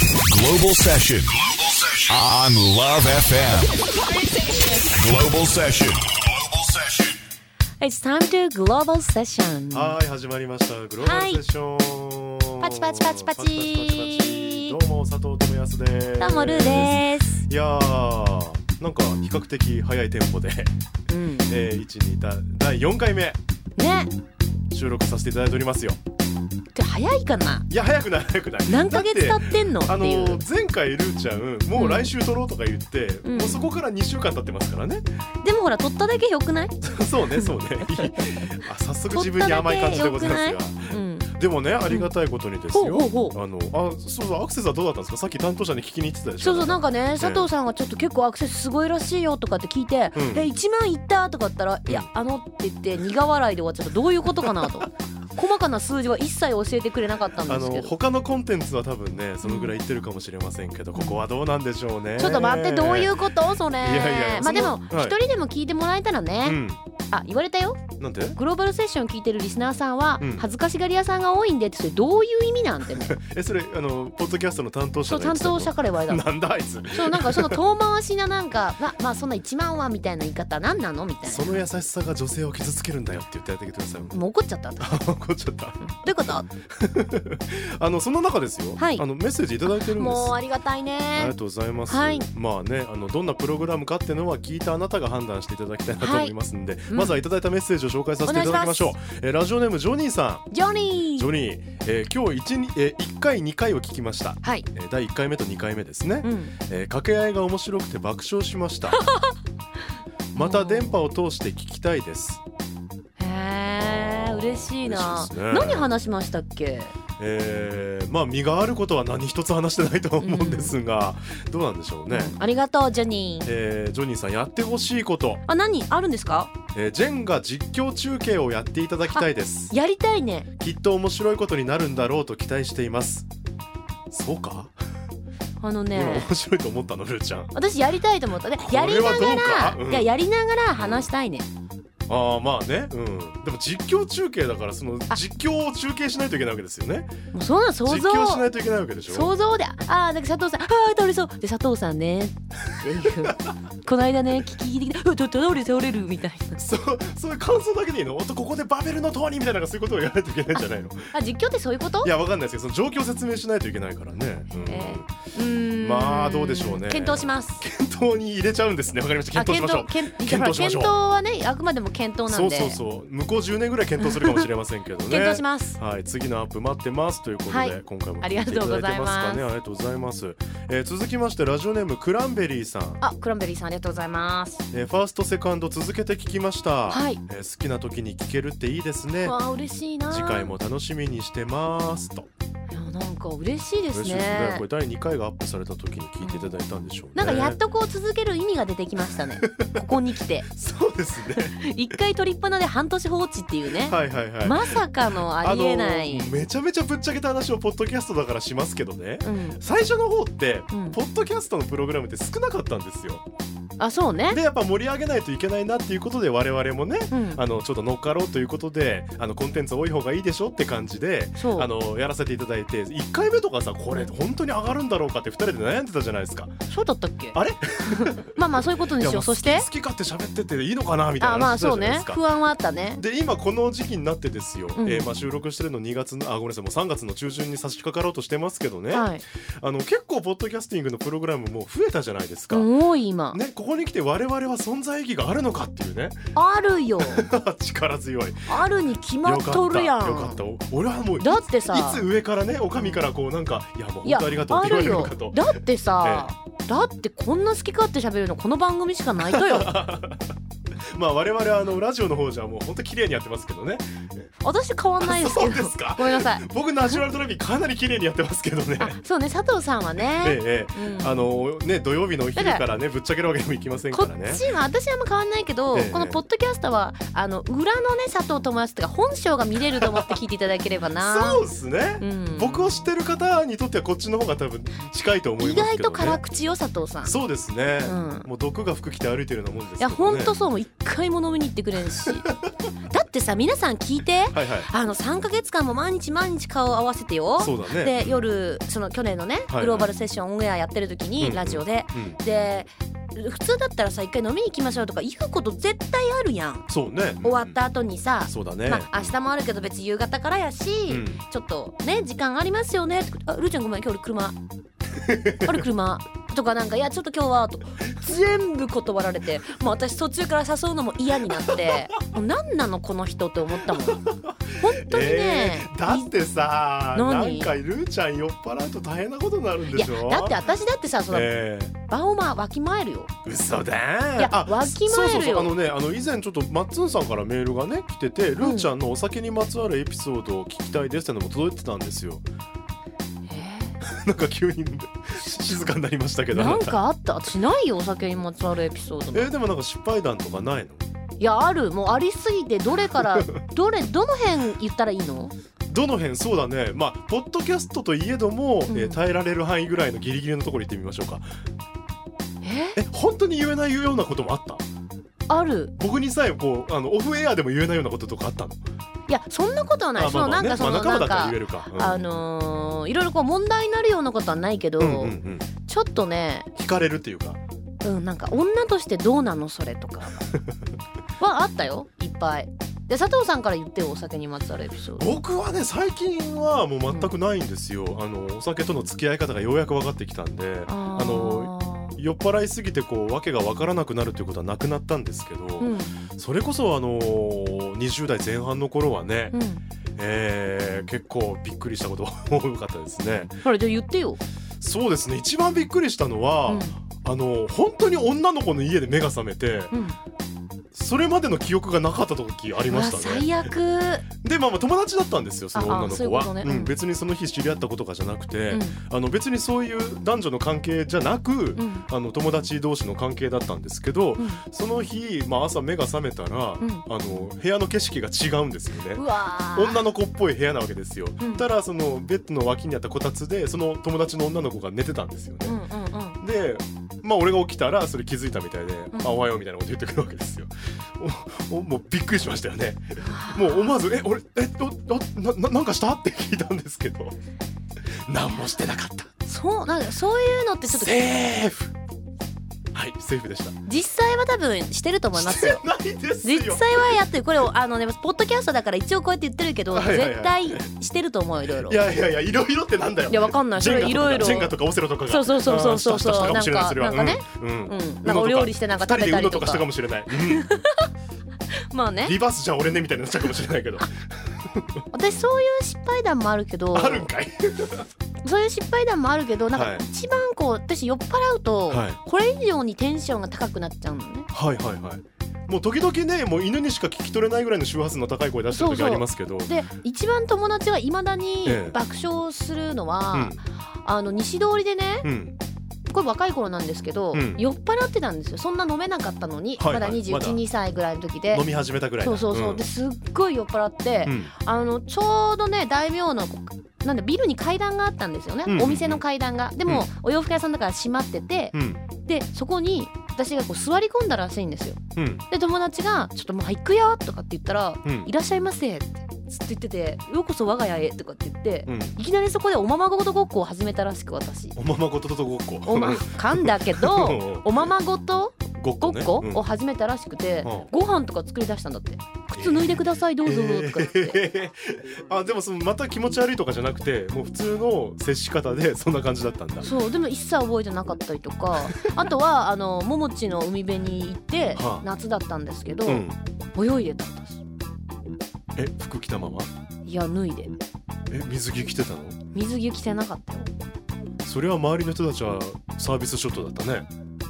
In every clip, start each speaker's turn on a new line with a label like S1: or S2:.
S1: Global Session. On Love FM. Global Session. Global Session.
S2: It's time to global session.
S3: はい始まりましたグローバルセッション、
S2: パチパチパチパチ
S3: パチパチパチどうも佐藤智康です
S2: どうもルーです。
S3: いやーなんか比較的早いテンポで、
S2: うん、
S3: えー、1 2だ第4回目
S2: ね、
S3: 収録させていただいておりますよ
S2: って早いかない
S3: や早くない早くない
S2: 何ヶ月
S3: だ
S2: 経ってんのって
S3: あの
S2: いう。
S3: ー前回ルーちゃんもう来週撮ろうとか言って、
S2: ん
S3: もうそこから2週間経ってますからね
S2: でもほら、取っただけ良くない
S3: そう ねそうねあ早速自分に甘い感じでござい
S2: 撮っ
S3: ます
S2: ただ
S3: が
S2: うん。
S3: でもねありがたいことにです
S2: ほう
S3: よ、
S2: ほうほう。
S3: あのあそうそうアクセスはどうだったんですかさっき担当者に聞きに行ってたでしょ
S2: そうそうなんかね佐藤さんがちょっと結構アクセスすごいらしいよとかって聞いて「
S3: うん
S2: え1万いった?」とか言ったら「いやあの」って言って苦笑いで終わっちゃったどういうことかな と細かな数字は一切教えてくれなかったん
S3: あ
S2: ですけ
S3: の
S2: ど
S3: 他のコンテンツは多分ねそのぐらい言ってるかもしれませんけど、ここはどうなんでしょうね
S2: ちょっと待ってどういうことそれ
S3: いやいや
S2: まあで
S3: そ
S2: も
S3: んな
S2: 一
S3: はい
S2: 人でも聞いてもらえたらね、
S3: うん
S2: あ言われたよ
S3: なんで
S2: グローバルセッション聞いてるリスナーさんは
S3: うん
S2: 恥ずかしがり屋さんが多いんでってそれどういう意味なん てね
S3: えそれあのポッドキャストの担当
S2: そ
S3: 者
S2: う担当者
S3: 者
S2: から言われたの
S3: なんだあ いつ
S2: そうなんかその遠回しななんか ままあそんな1万はみたいな言い方何なのみたい
S3: その優しさが女性を傷つけるんだよって言ってあげてください
S2: なもう怒っちゃ ったど
S3: あ 怒っちゃった
S2: ういうこと
S3: あのその中ですよ、
S2: はい
S3: あのメッセージいただいてるんです
S2: もうありがたい
S3: あり
S2: ね
S3: がとうございます、
S2: はい
S3: まあねあのどんなプログラムかっていうのは聞いたあなたが判断していただきたいなと
S2: はい
S3: 思いますんで、
S2: うん
S3: まずはいただいたメッセージを紹介させていただきましょう
S2: お
S3: えーラジオネームジョニーさ
S2: ジョニ
S3: んジ
S2: ー
S3: ョニー、えー今日 1, にえー1回2回を聞きました
S2: はい
S3: えー第1回目と2回目ですね、
S2: うん
S3: えー掛け合いが面白くて爆笑しました また電波を通して聞きたいです、
S2: へえ
S3: あー
S2: 嬉しいな
S3: 嬉しいですね
S2: 何話しましたっけ
S3: えーまあ身があることは何一つ話してないと思うんですが、どうなんでしょうね、
S2: ありがとうジョニー
S3: えージョニーさんやってほしいこと、
S2: あ何あるんですか
S3: えージェンガ実況中継をやっていただきたいです
S2: やりた いね
S3: きっと面白いことになるんだろうと期待していますそうか、
S2: あの
S3: 今
S2: ね
S3: 面白いと思ったのルーちゃん
S2: 私やりたいと思ったで
S3: これ
S2: や
S3: は
S2: りなが
S3: どう
S2: ら、
S3: かうん
S2: いややりながら話したいね、
S3: ああまあねうんでも実況中継だからその実況を中継しないといけないわけですよね
S2: もうそんな想
S3: 実
S2: 像
S3: 況しないといけないわけでしょ
S2: 想像でああなんか佐藤さんああ倒れそうで佐藤さんねっていうこの間ね聞き聞いてきたうわ倒倒れ倒れるみたいな
S3: そうそういう感想だけでいいのおっとここでバベルの塔にみたいななんかそういうことをやらないといけないんじゃないの
S2: あ実況って そういうこと
S3: いやわかんないですけどその状況説明しないといけないからね、うん
S2: えうーん
S3: まあどうでしょうね
S2: 検討します
S3: 検討に入れちゃうんですねわかりました
S2: あ
S3: 検討しましょう
S2: 検討
S3: 検討しましょう
S2: 検討はねあくまでも検討な
S3: そ
S2: ん
S3: う
S2: で
S3: そうそう向こう10年ぐらい検討するかもしれませんけどね
S2: 検討します
S3: はい次のアップ待ってますということで、
S2: はい
S3: 今回も
S2: ありがとうございます
S3: 聞てただいてかねありがとうございます、えー続きましてラジオネームクランベリーさん、
S2: あクランベリーさんありがとうございます
S3: えーファーストセカンド続けて聞きました、
S2: はい
S3: えー好きな時に聞けるっていいですね
S2: わあ嬉しいな
S3: 次回も楽しみにしてますと
S2: いやなんか嬉しいです
S3: 嬉
S2: ね
S3: しいですねこれ第2回がアップされた時に聞いていただいたんでしょうね
S2: なんかやっとこう続ける意味が出てきました ねここに来て
S3: そうですね
S2: 一回取りっぱなで半年放置っていうね、
S3: はいはいはい、
S2: まさかのありえない、
S3: あのめちゃめちゃぶっちゃけた話をポッドキャストだからしますけどね
S2: うん、
S3: 最初の方って、
S2: うん
S3: ポッドキャストのプログラムって少なかったんですよ
S2: あそうね
S3: でやっぱ盛り上げないといけないなっていうことで我々もね
S2: うん
S3: あのちょっと乗っかろうということであのコンテンツ多い方がいいでしょって感じで
S2: そう
S3: あのやらせていただいて1回目とかさこれ本当に上がるんだろうかって2人で悩んでたじゃないですか
S2: そうだったっけ
S3: あれ
S2: まあまあそういうこと
S3: い
S2: で
S3: や
S2: す
S3: まあ
S2: よそして
S3: 好き好き勝手喋ってていいのかなみたい
S2: あ
S3: な
S2: まあ
S3: 話してた
S2: そ
S3: じ
S2: う
S3: ゃないで
S2: ね
S3: すか。
S2: 不安はあったね
S3: で今この時期になってですよ、
S2: うん
S3: えーまあ収録してるの2月のあごめんなさいもう3月の中旬に差し掛かろうとしてますけどね、
S2: はい
S3: あの結構ポッドキャスティングのプログラムも増えたじゃないですか、
S2: 多い今
S3: ねここに来て我々は存在意義があるのかっていうね
S2: あるよ
S3: 力強いよ
S2: あるに決ま
S3: か
S2: っ
S3: った
S2: とるやん
S3: よかったお俺はもうい
S2: だってさ
S3: いつ上からねお上からこうなんかいやもう
S2: い
S3: 本
S2: や
S3: 当ありがとうっ
S2: あ
S3: て言
S2: る
S3: われるの
S2: よ
S3: かと
S2: だってさ、だってこんな好き勝手喋るのこの番組しかないと よ
S3: まあ我々はあのラジオの方じゃもう本当綺麗にやってますけどね
S2: 私変わんないですけ
S3: そう
S2: ど
S3: ですか
S2: ごめんなさい
S3: 僕ナチュラルドラビーかなり綺麗にやってますけどね
S2: あそうね佐藤さんはね、
S3: ええええ
S2: うん
S3: あのね土曜日のお昼からねぶっちゃけるわけにもいきません
S2: こ
S3: からね
S2: っちは私はあんま変わんないけど、
S3: ええ
S2: このポッドキャストはあの裏のね佐藤智康とか本性が見れると思って聞いていただければな
S3: そうですね、
S2: うん
S3: 僕を知ってる方にとってはこっちの方が多分近いと思い
S2: 意
S3: ます
S2: 外
S3: けど、
S2: と
S3: ね、
S2: 辛口よ佐藤さんい
S3: そうですね、
S2: うん
S3: もう毒が服着て歩いてるようなもんですけ
S2: や
S3: ど、ね、
S2: ほんとそうもう一回も飲みに行ってくれんしだっってさ皆さん聞いて
S3: はいはい
S2: あの3ヶ月間も毎日毎日顔を合わせてよ
S3: そうだね
S2: で夜その去年のね、
S3: はい
S2: グローバルセッションオンエアやってる時
S3: うんう
S2: に
S3: ん
S2: ラジオで、
S3: うん
S2: で普通だったらさ一回飲みに行きましょうとか言うこと絶対あるやん
S3: そうね
S2: 終わった後にさ、
S3: そうだね、
S2: まあ明日もあるけど別に夕方からやし、
S3: うん
S2: ちょっとね時間ありますよねってあるーちゃんごめん今日俺 車あれ車とかなんかいやちょっと今日はと全部断られてもう私途中から誘うのも嫌にな ってもう何なのこの人って思ったもん本当にね、
S3: えーだってさ
S2: 何
S3: なんかルーちゃん酔っ払うと大変なことになるん
S2: い
S3: で
S2: や
S3: しょ
S2: だって私だってさその
S3: え
S2: 場をまあわきまえるよ
S3: ー、嘘だー
S2: いや
S3: あ
S2: わきまえるよ
S3: そうそうそうあのねあの以前ちょっとマッツンさんからメールがね来てて、ルーちゃんのお酒にまつわるエピソードを聞きたいですってのも届いてたんです よなんか急に静かになりましたけど
S2: なん
S3: あた
S2: かあった私ないよお酒にまつわるエピソード
S3: えーでもなんか失敗談とかないの
S2: いやあるもうありすぎてどれからどれどの辺言ったらいいの
S3: どの辺そうだねまあポッドキャストといえども、
S2: ん
S3: えー耐えられる範囲ぐらいのギリギリのところ行ってみましょうか
S2: え
S3: え本当に言えないようなこともあった
S2: ある
S3: 僕にさえこうあのオフエアでも言えないようなこととかあったの
S2: いやそんなことはない
S3: あ
S2: そのなんかそ
S3: ま
S2: の
S3: あ仲間
S2: な
S3: だ
S2: ん
S3: から
S2: か
S3: 言えるか、うん
S2: あのーいろいろこう問題になるようなことはないけど、
S3: うんうんうん
S2: ちょっとね、
S3: 惹かれるっていうか
S2: うん、なんか女としてどうなのそれと かはあったよいっぱいで佐藤さんから言ってよお酒にまつわるエピソード
S3: 僕はね最近はもう全くないんですよ、あのお酒との付き合い方がようやく分かってきたんで
S2: あ
S3: あの酔っ払いすぎてこう訳が分からなくなるということはなくなったんですけど、
S2: ーうん
S3: それこそあの20代前半の頃はね、
S2: うん
S3: えー結構びっくりしたこと多かったですね
S2: ほらじゃあ言ってよ、
S3: そうですね一番びっくりしたのは、
S2: うん
S3: あの本当に女の子の家で目が覚めて
S2: うん、
S3: それまでの記憶がなかった時ありま
S2: あ
S3: したね
S2: 最悪、
S3: でまあまあ友達だったんですよその
S2: ああ
S3: 女の
S2: そういう
S3: 子
S2: こ
S3: は
S2: とね
S3: う
S2: うん
S3: ん、別にその日知り合ったことかじゃなくて、
S2: うん
S3: あの別にそういう男女の関係じゃなく、
S2: うん
S3: あの友達同士の関係だったんですけど、その日、まあ、朝目が覚めたら、
S2: うん
S3: あの部屋の景色が違うんですよね
S2: うん、う。わー
S3: 女の子っぽい部屋なわけですよ、
S2: うん
S3: ただそのベッドの脇にあったこたつでその友達の女の子が寝てたんですよ
S2: う
S3: ね、
S2: んうんうん
S3: でまあ俺が起きたらそれ気づいたみたいで「
S2: ん
S3: あおはよう」みたいなこと言ってくるわけですよおおもうびっくりしましたよねもう思わず「え俺えどどなななんかした?」って聞いたんですけど何もしてなかった
S2: そうなんかそういうのってちょっと
S3: セーフはいセーフでした
S2: 実際は多分してると思いま
S3: し
S2: す
S3: て
S2: よ
S3: ないですよ
S2: 実際はやってるこれをあのねポッドキャストだから一応こうやって言ってるけど
S3: はいはいはい
S2: 絶対してると思ういろいろ
S3: いやいやいやいろいろってなんだよ
S2: いやわかんないそれ
S3: ジェ
S2: い
S3: ンガとか
S2: ろいろ
S3: ジェンガとかオセロとかが
S2: そうそうそうそうそうそう
S3: あーしたしたしたかもし
S2: な
S3: れい
S2: んか
S3: それはうん
S2: なんかね
S3: う
S2: うんんなんかお料理してなんか食べたりとか
S3: 二人でウノとかしたかもしれないうん
S2: まあね
S3: リバースじゃ俺ねみたいになっちゃうかもしれないけど
S2: 私そういう失敗談もあるけど
S3: あるんかい
S2: そういう失敗談もあるけどなん
S3: はい
S2: か一番こう私酔っ払うと
S3: はい
S2: これ以上にテンションが高くなっちゃうのね
S3: はいはいはいもう時々ねもう犬にしか聞き取れないぐらいの周波数の高い声出してる時ありますけど
S2: で一番友達がいまだに
S3: ええ
S2: 爆笑するの
S3: う
S2: は
S3: ん
S2: あの西通りでね
S3: うん
S2: これ若い頃なんですけど
S3: うん
S2: 酔っ払ってたんですよそんな飲めなかったのに
S3: はいは
S2: ま
S3: い
S2: だ
S3: まだ
S2: 212歳ぐらいの時で
S3: 飲み始めたぐらい
S2: そう
S3: だ
S2: そうそう、
S3: ん
S2: ですっごい酔っ払って、
S3: うん
S2: あのちょうどね大名のこなんだビルに階段があったんですよね、
S3: うんうんうん
S2: お店の階段がでも、お洋服屋さんだから閉まってて、
S3: うん
S2: でそこに私がこう座り込んだらしいんですよ
S3: うん
S2: で友達が「ちょっともう行くよ」とかって言ったら「
S3: うん
S2: いらっしゃいませ」ってずっと言ってて「ようこそ我が家へ」とかって言って、
S3: うん
S2: いきなりそこでおままごとごっこを始めたらしく私
S3: おままごととごっこ
S2: おま噛んだけ どおままごと
S3: ごっ
S2: ごっ
S3: こね
S2: こ
S3: うん
S2: を始めたらしくて、
S3: うん
S2: ご飯とか作り出したんだって靴脱いでくださいどうぞとか言って、
S3: えーあでもそのまた気持ち悪いとかじゃなくてもう普通の接し方で そんな感じだったんだ
S2: そうでも一切覚えてなかったりと かあとはあのももちの海辺に行って、
S3: はあ
S2: 夏だったんですけど、
S3: うん
S2: 泳いでたんです
S3: え服着たまま
S2: いや脱いで
S3: え水着着てたの
S2: 水着着てなかったよ
S3: それは周りの人たちはサービスショットだったね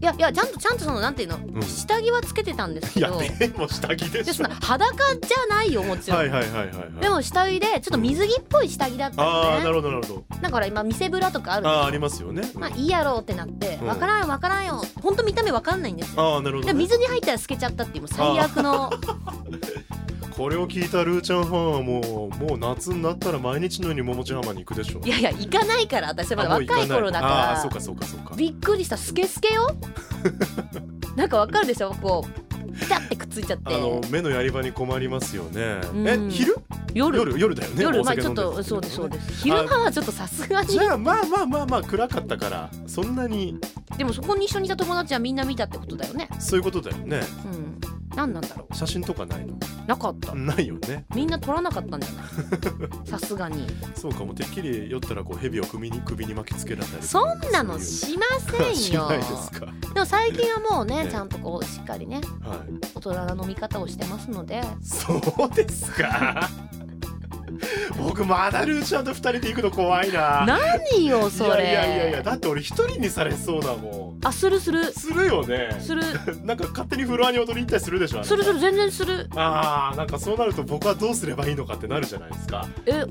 S2: いやいやちゃんとちゃんとそのなんていうの、
S3: ん
S2: 下着はつけてたんですけ
S3: いや
S2: ど
S3: でも下着で
S2: で
S3: し
S2: そ
S3: ょ
S2: の裸じゃないよもちろん、
S3: はいはいはいはいはい
S2: でも下着でちょっと水着っぽい下着だった
S3: あ
S2: の
S3: あな
S2: ね、
S3: るほどなるほど
S2: だから今見せぶらとかあるんです
S3: あ
S2: よ
S3: あありますよね、うん
S2: まあいいやろうってなって、
S3: うん
S2: わからんわからんよほんと見た目わかんないんですよ
S3: ああなるほ
S2: で
S3: ど、ね、
S2: 水に入ったら透けちゃったっていうもう最悪の
S3: これを聞いたルーちゃんファンはもうもう夏になったら毎日のように桃地浜に行くでしょ
S2: いやいや行かないから私はまだ
S3: あもう行
S2: 若
S3: ない
S2: 頃だ
S3: ああ
S2: か
S3: そうかそうかそうから
S2: びっくりしたスケスケよなんかわかるでしょこうピタってくっついちゃっ
S3: あの
S2: て
S3: 目のやり場に困りますよね。
S2: うん
S3: え昼
S2: 夜
S3: 夜夜だよね。
S2: 夜
S3: お
S2: まあ
S3: 酒
S2: ちょっ
S3: 飲んで
S2: と
S3: る時
S2: そう
S3: ね
S2: ですそうです昼間はちょっとさすがに
S3: じゃあまあまあまあまあ暗かったからそんなに
S2: でもそこに一緒にいた友達はみんな見たってことだよね
S3: そういうことだよね。
S2: うん何なんだろ
S3: 写真とかないの？
S2: うなかった
S3: ないよね。
S2: みんな撮らなかったんじゃ ないさすがに
S3: そうかもうてっきり酔ったらこう蛇を首に首に巻きつけられたりとか。
S2: そんなの
S3: そういう
S2: しませんよ
S3: しないですか。
S2: でも最近はもうね
S3: ね
S2: ちゃんとこうしっかりね
S3: はい。
S2: 大人の飲み方をしてますので
S3: そうですか。僕まだルーちゃんと二人で行くの怖いな。
S2: 何よそれ
S3: いやいやいやいやだって俺一人にされそうだもん。
S2: あするする
S3: するよね。
S2: する
S3: なんか勝手にフロアに踊りに行ったりするでしょあなた
S2: するする全然する
S3: あーなんかそうなると僕はどうすればいいのかってなるじゃないですか
S2: え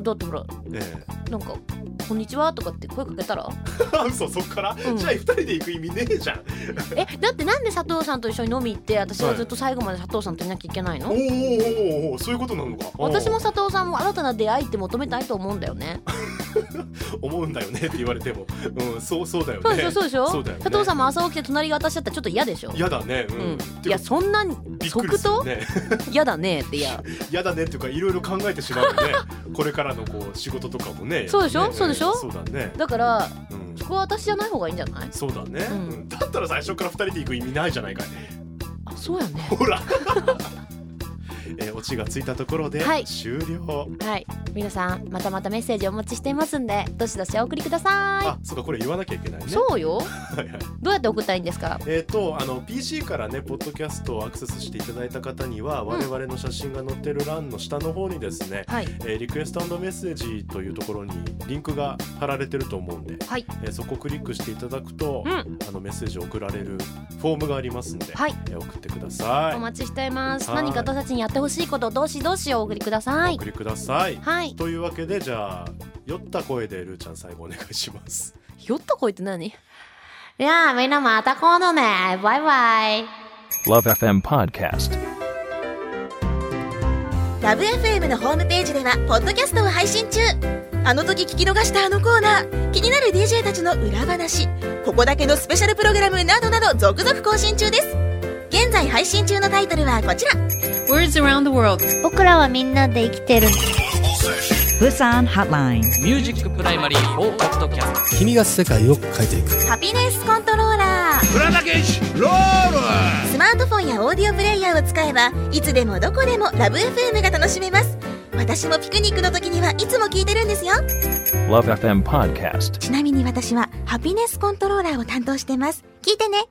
S2: だってほら
S3: え
S2: なんか「こんにちは」とかって声かけたら
S3: え 嘘そっから、
S2: うん
S3: じゃあ二人で行く意味ねえじゃん
S2: えだってなんで佐藤さんと一緒に飲み行って私はずっと最後まで佐藤さんといなきゃいけないの、
S3: おーおーおーおーそういうことなのか
S2: 私も佐藤さんも新たな出会いって求めたいと思うんだよ ね。
S3: うん思うんだよねって言われても、うん、そうそうだよね
S2: そうでしょそうでしょ。
S3: そうだよね
S2: 佐藤さんも朝起きて隣が私だったらちょっと嫌でしょ。
S3: 嫌だねう、
S2: うんん
S3: て
S2: いや
S3: か
S2: そんなに
S3: びっくり
S2: 即
S3: する
S2: 答
S3: ね
S2: 嫌だねっていや
S3: 嫌だねっていうかいろいろ考えてしまうよね これからのこう仕事とかもね
S2: そうでしょ
S3: ね
S2: そうでしょ
S3: んそうだね、
S2: だから
S3: うん、
S2: そこは私じゃない方がいいんじゃない
S3: そうだね、
S2: うん
S3: うんだったら最初から二人で行く意味ないじゃないかい
S2: あそうやね
S3: ほら。 えー、オチがついたところで
S2: はい
S3: 終了。
S2: はい皆さんまたまたメッセージお待ちしていますんでどしどしお送りくださ
S3: あ、そうかこれ言わなきゃいけないね。
S2: いそうよ
S3: はいはい。
S2: どうやって送ったらいいんですか
S3: えっ、とあの PC からねポッドキャストをアクセスしていただいた方には、我々の写真が載ってる欄の下の方にですね。
S2: はい
S3: えーリクエストメッセージというところにリンクが貼られてると思うんで、
S2: はい
S3: えーそこをクリックしていただくと、
S2: うん
S3: あのメッセージを送られるフォームがありますんで、
S2: はい
S3: えー送ってください
S2: お待ちしています
S3: はい
S2: 何か私たちにやってほしいことをどしどしお送りくださ
S3: お
S2: い
S3: 送りください
S2: はい
S3: というわけでじゃあ酔った声でルーちゃん最後お願いします
S2: ひょっとこいって何じゃあみんなまた今度ねバイバイ
S4: Love FM Podcast.
S5: ラブ f m のホームページではポッドキャストを配信中あの時聞き逃したあのコーナー気になる DJ たちの裏話ここだけのスペシャルプログラムなどなど続々更新中です現在配信中のタイトルはこちら
S6: Words around the world.
S7: 僕らはみんなで生きてる
S8: Busan Hotline.
S9: ミュージックプライマリーフォーカストキャス
S10: 君が世界を変えていく
S5: ハピネスコントローラースマートフォンやオーディオプレイヤーを使えばいつでもどこでもラブ f m が楽しめます私もピクニックの時にはいつも聞いてるんですよ
S4: Love FM Podcast.
S5: ちなみに私はハピネスコントローラーを担当してます聞いてね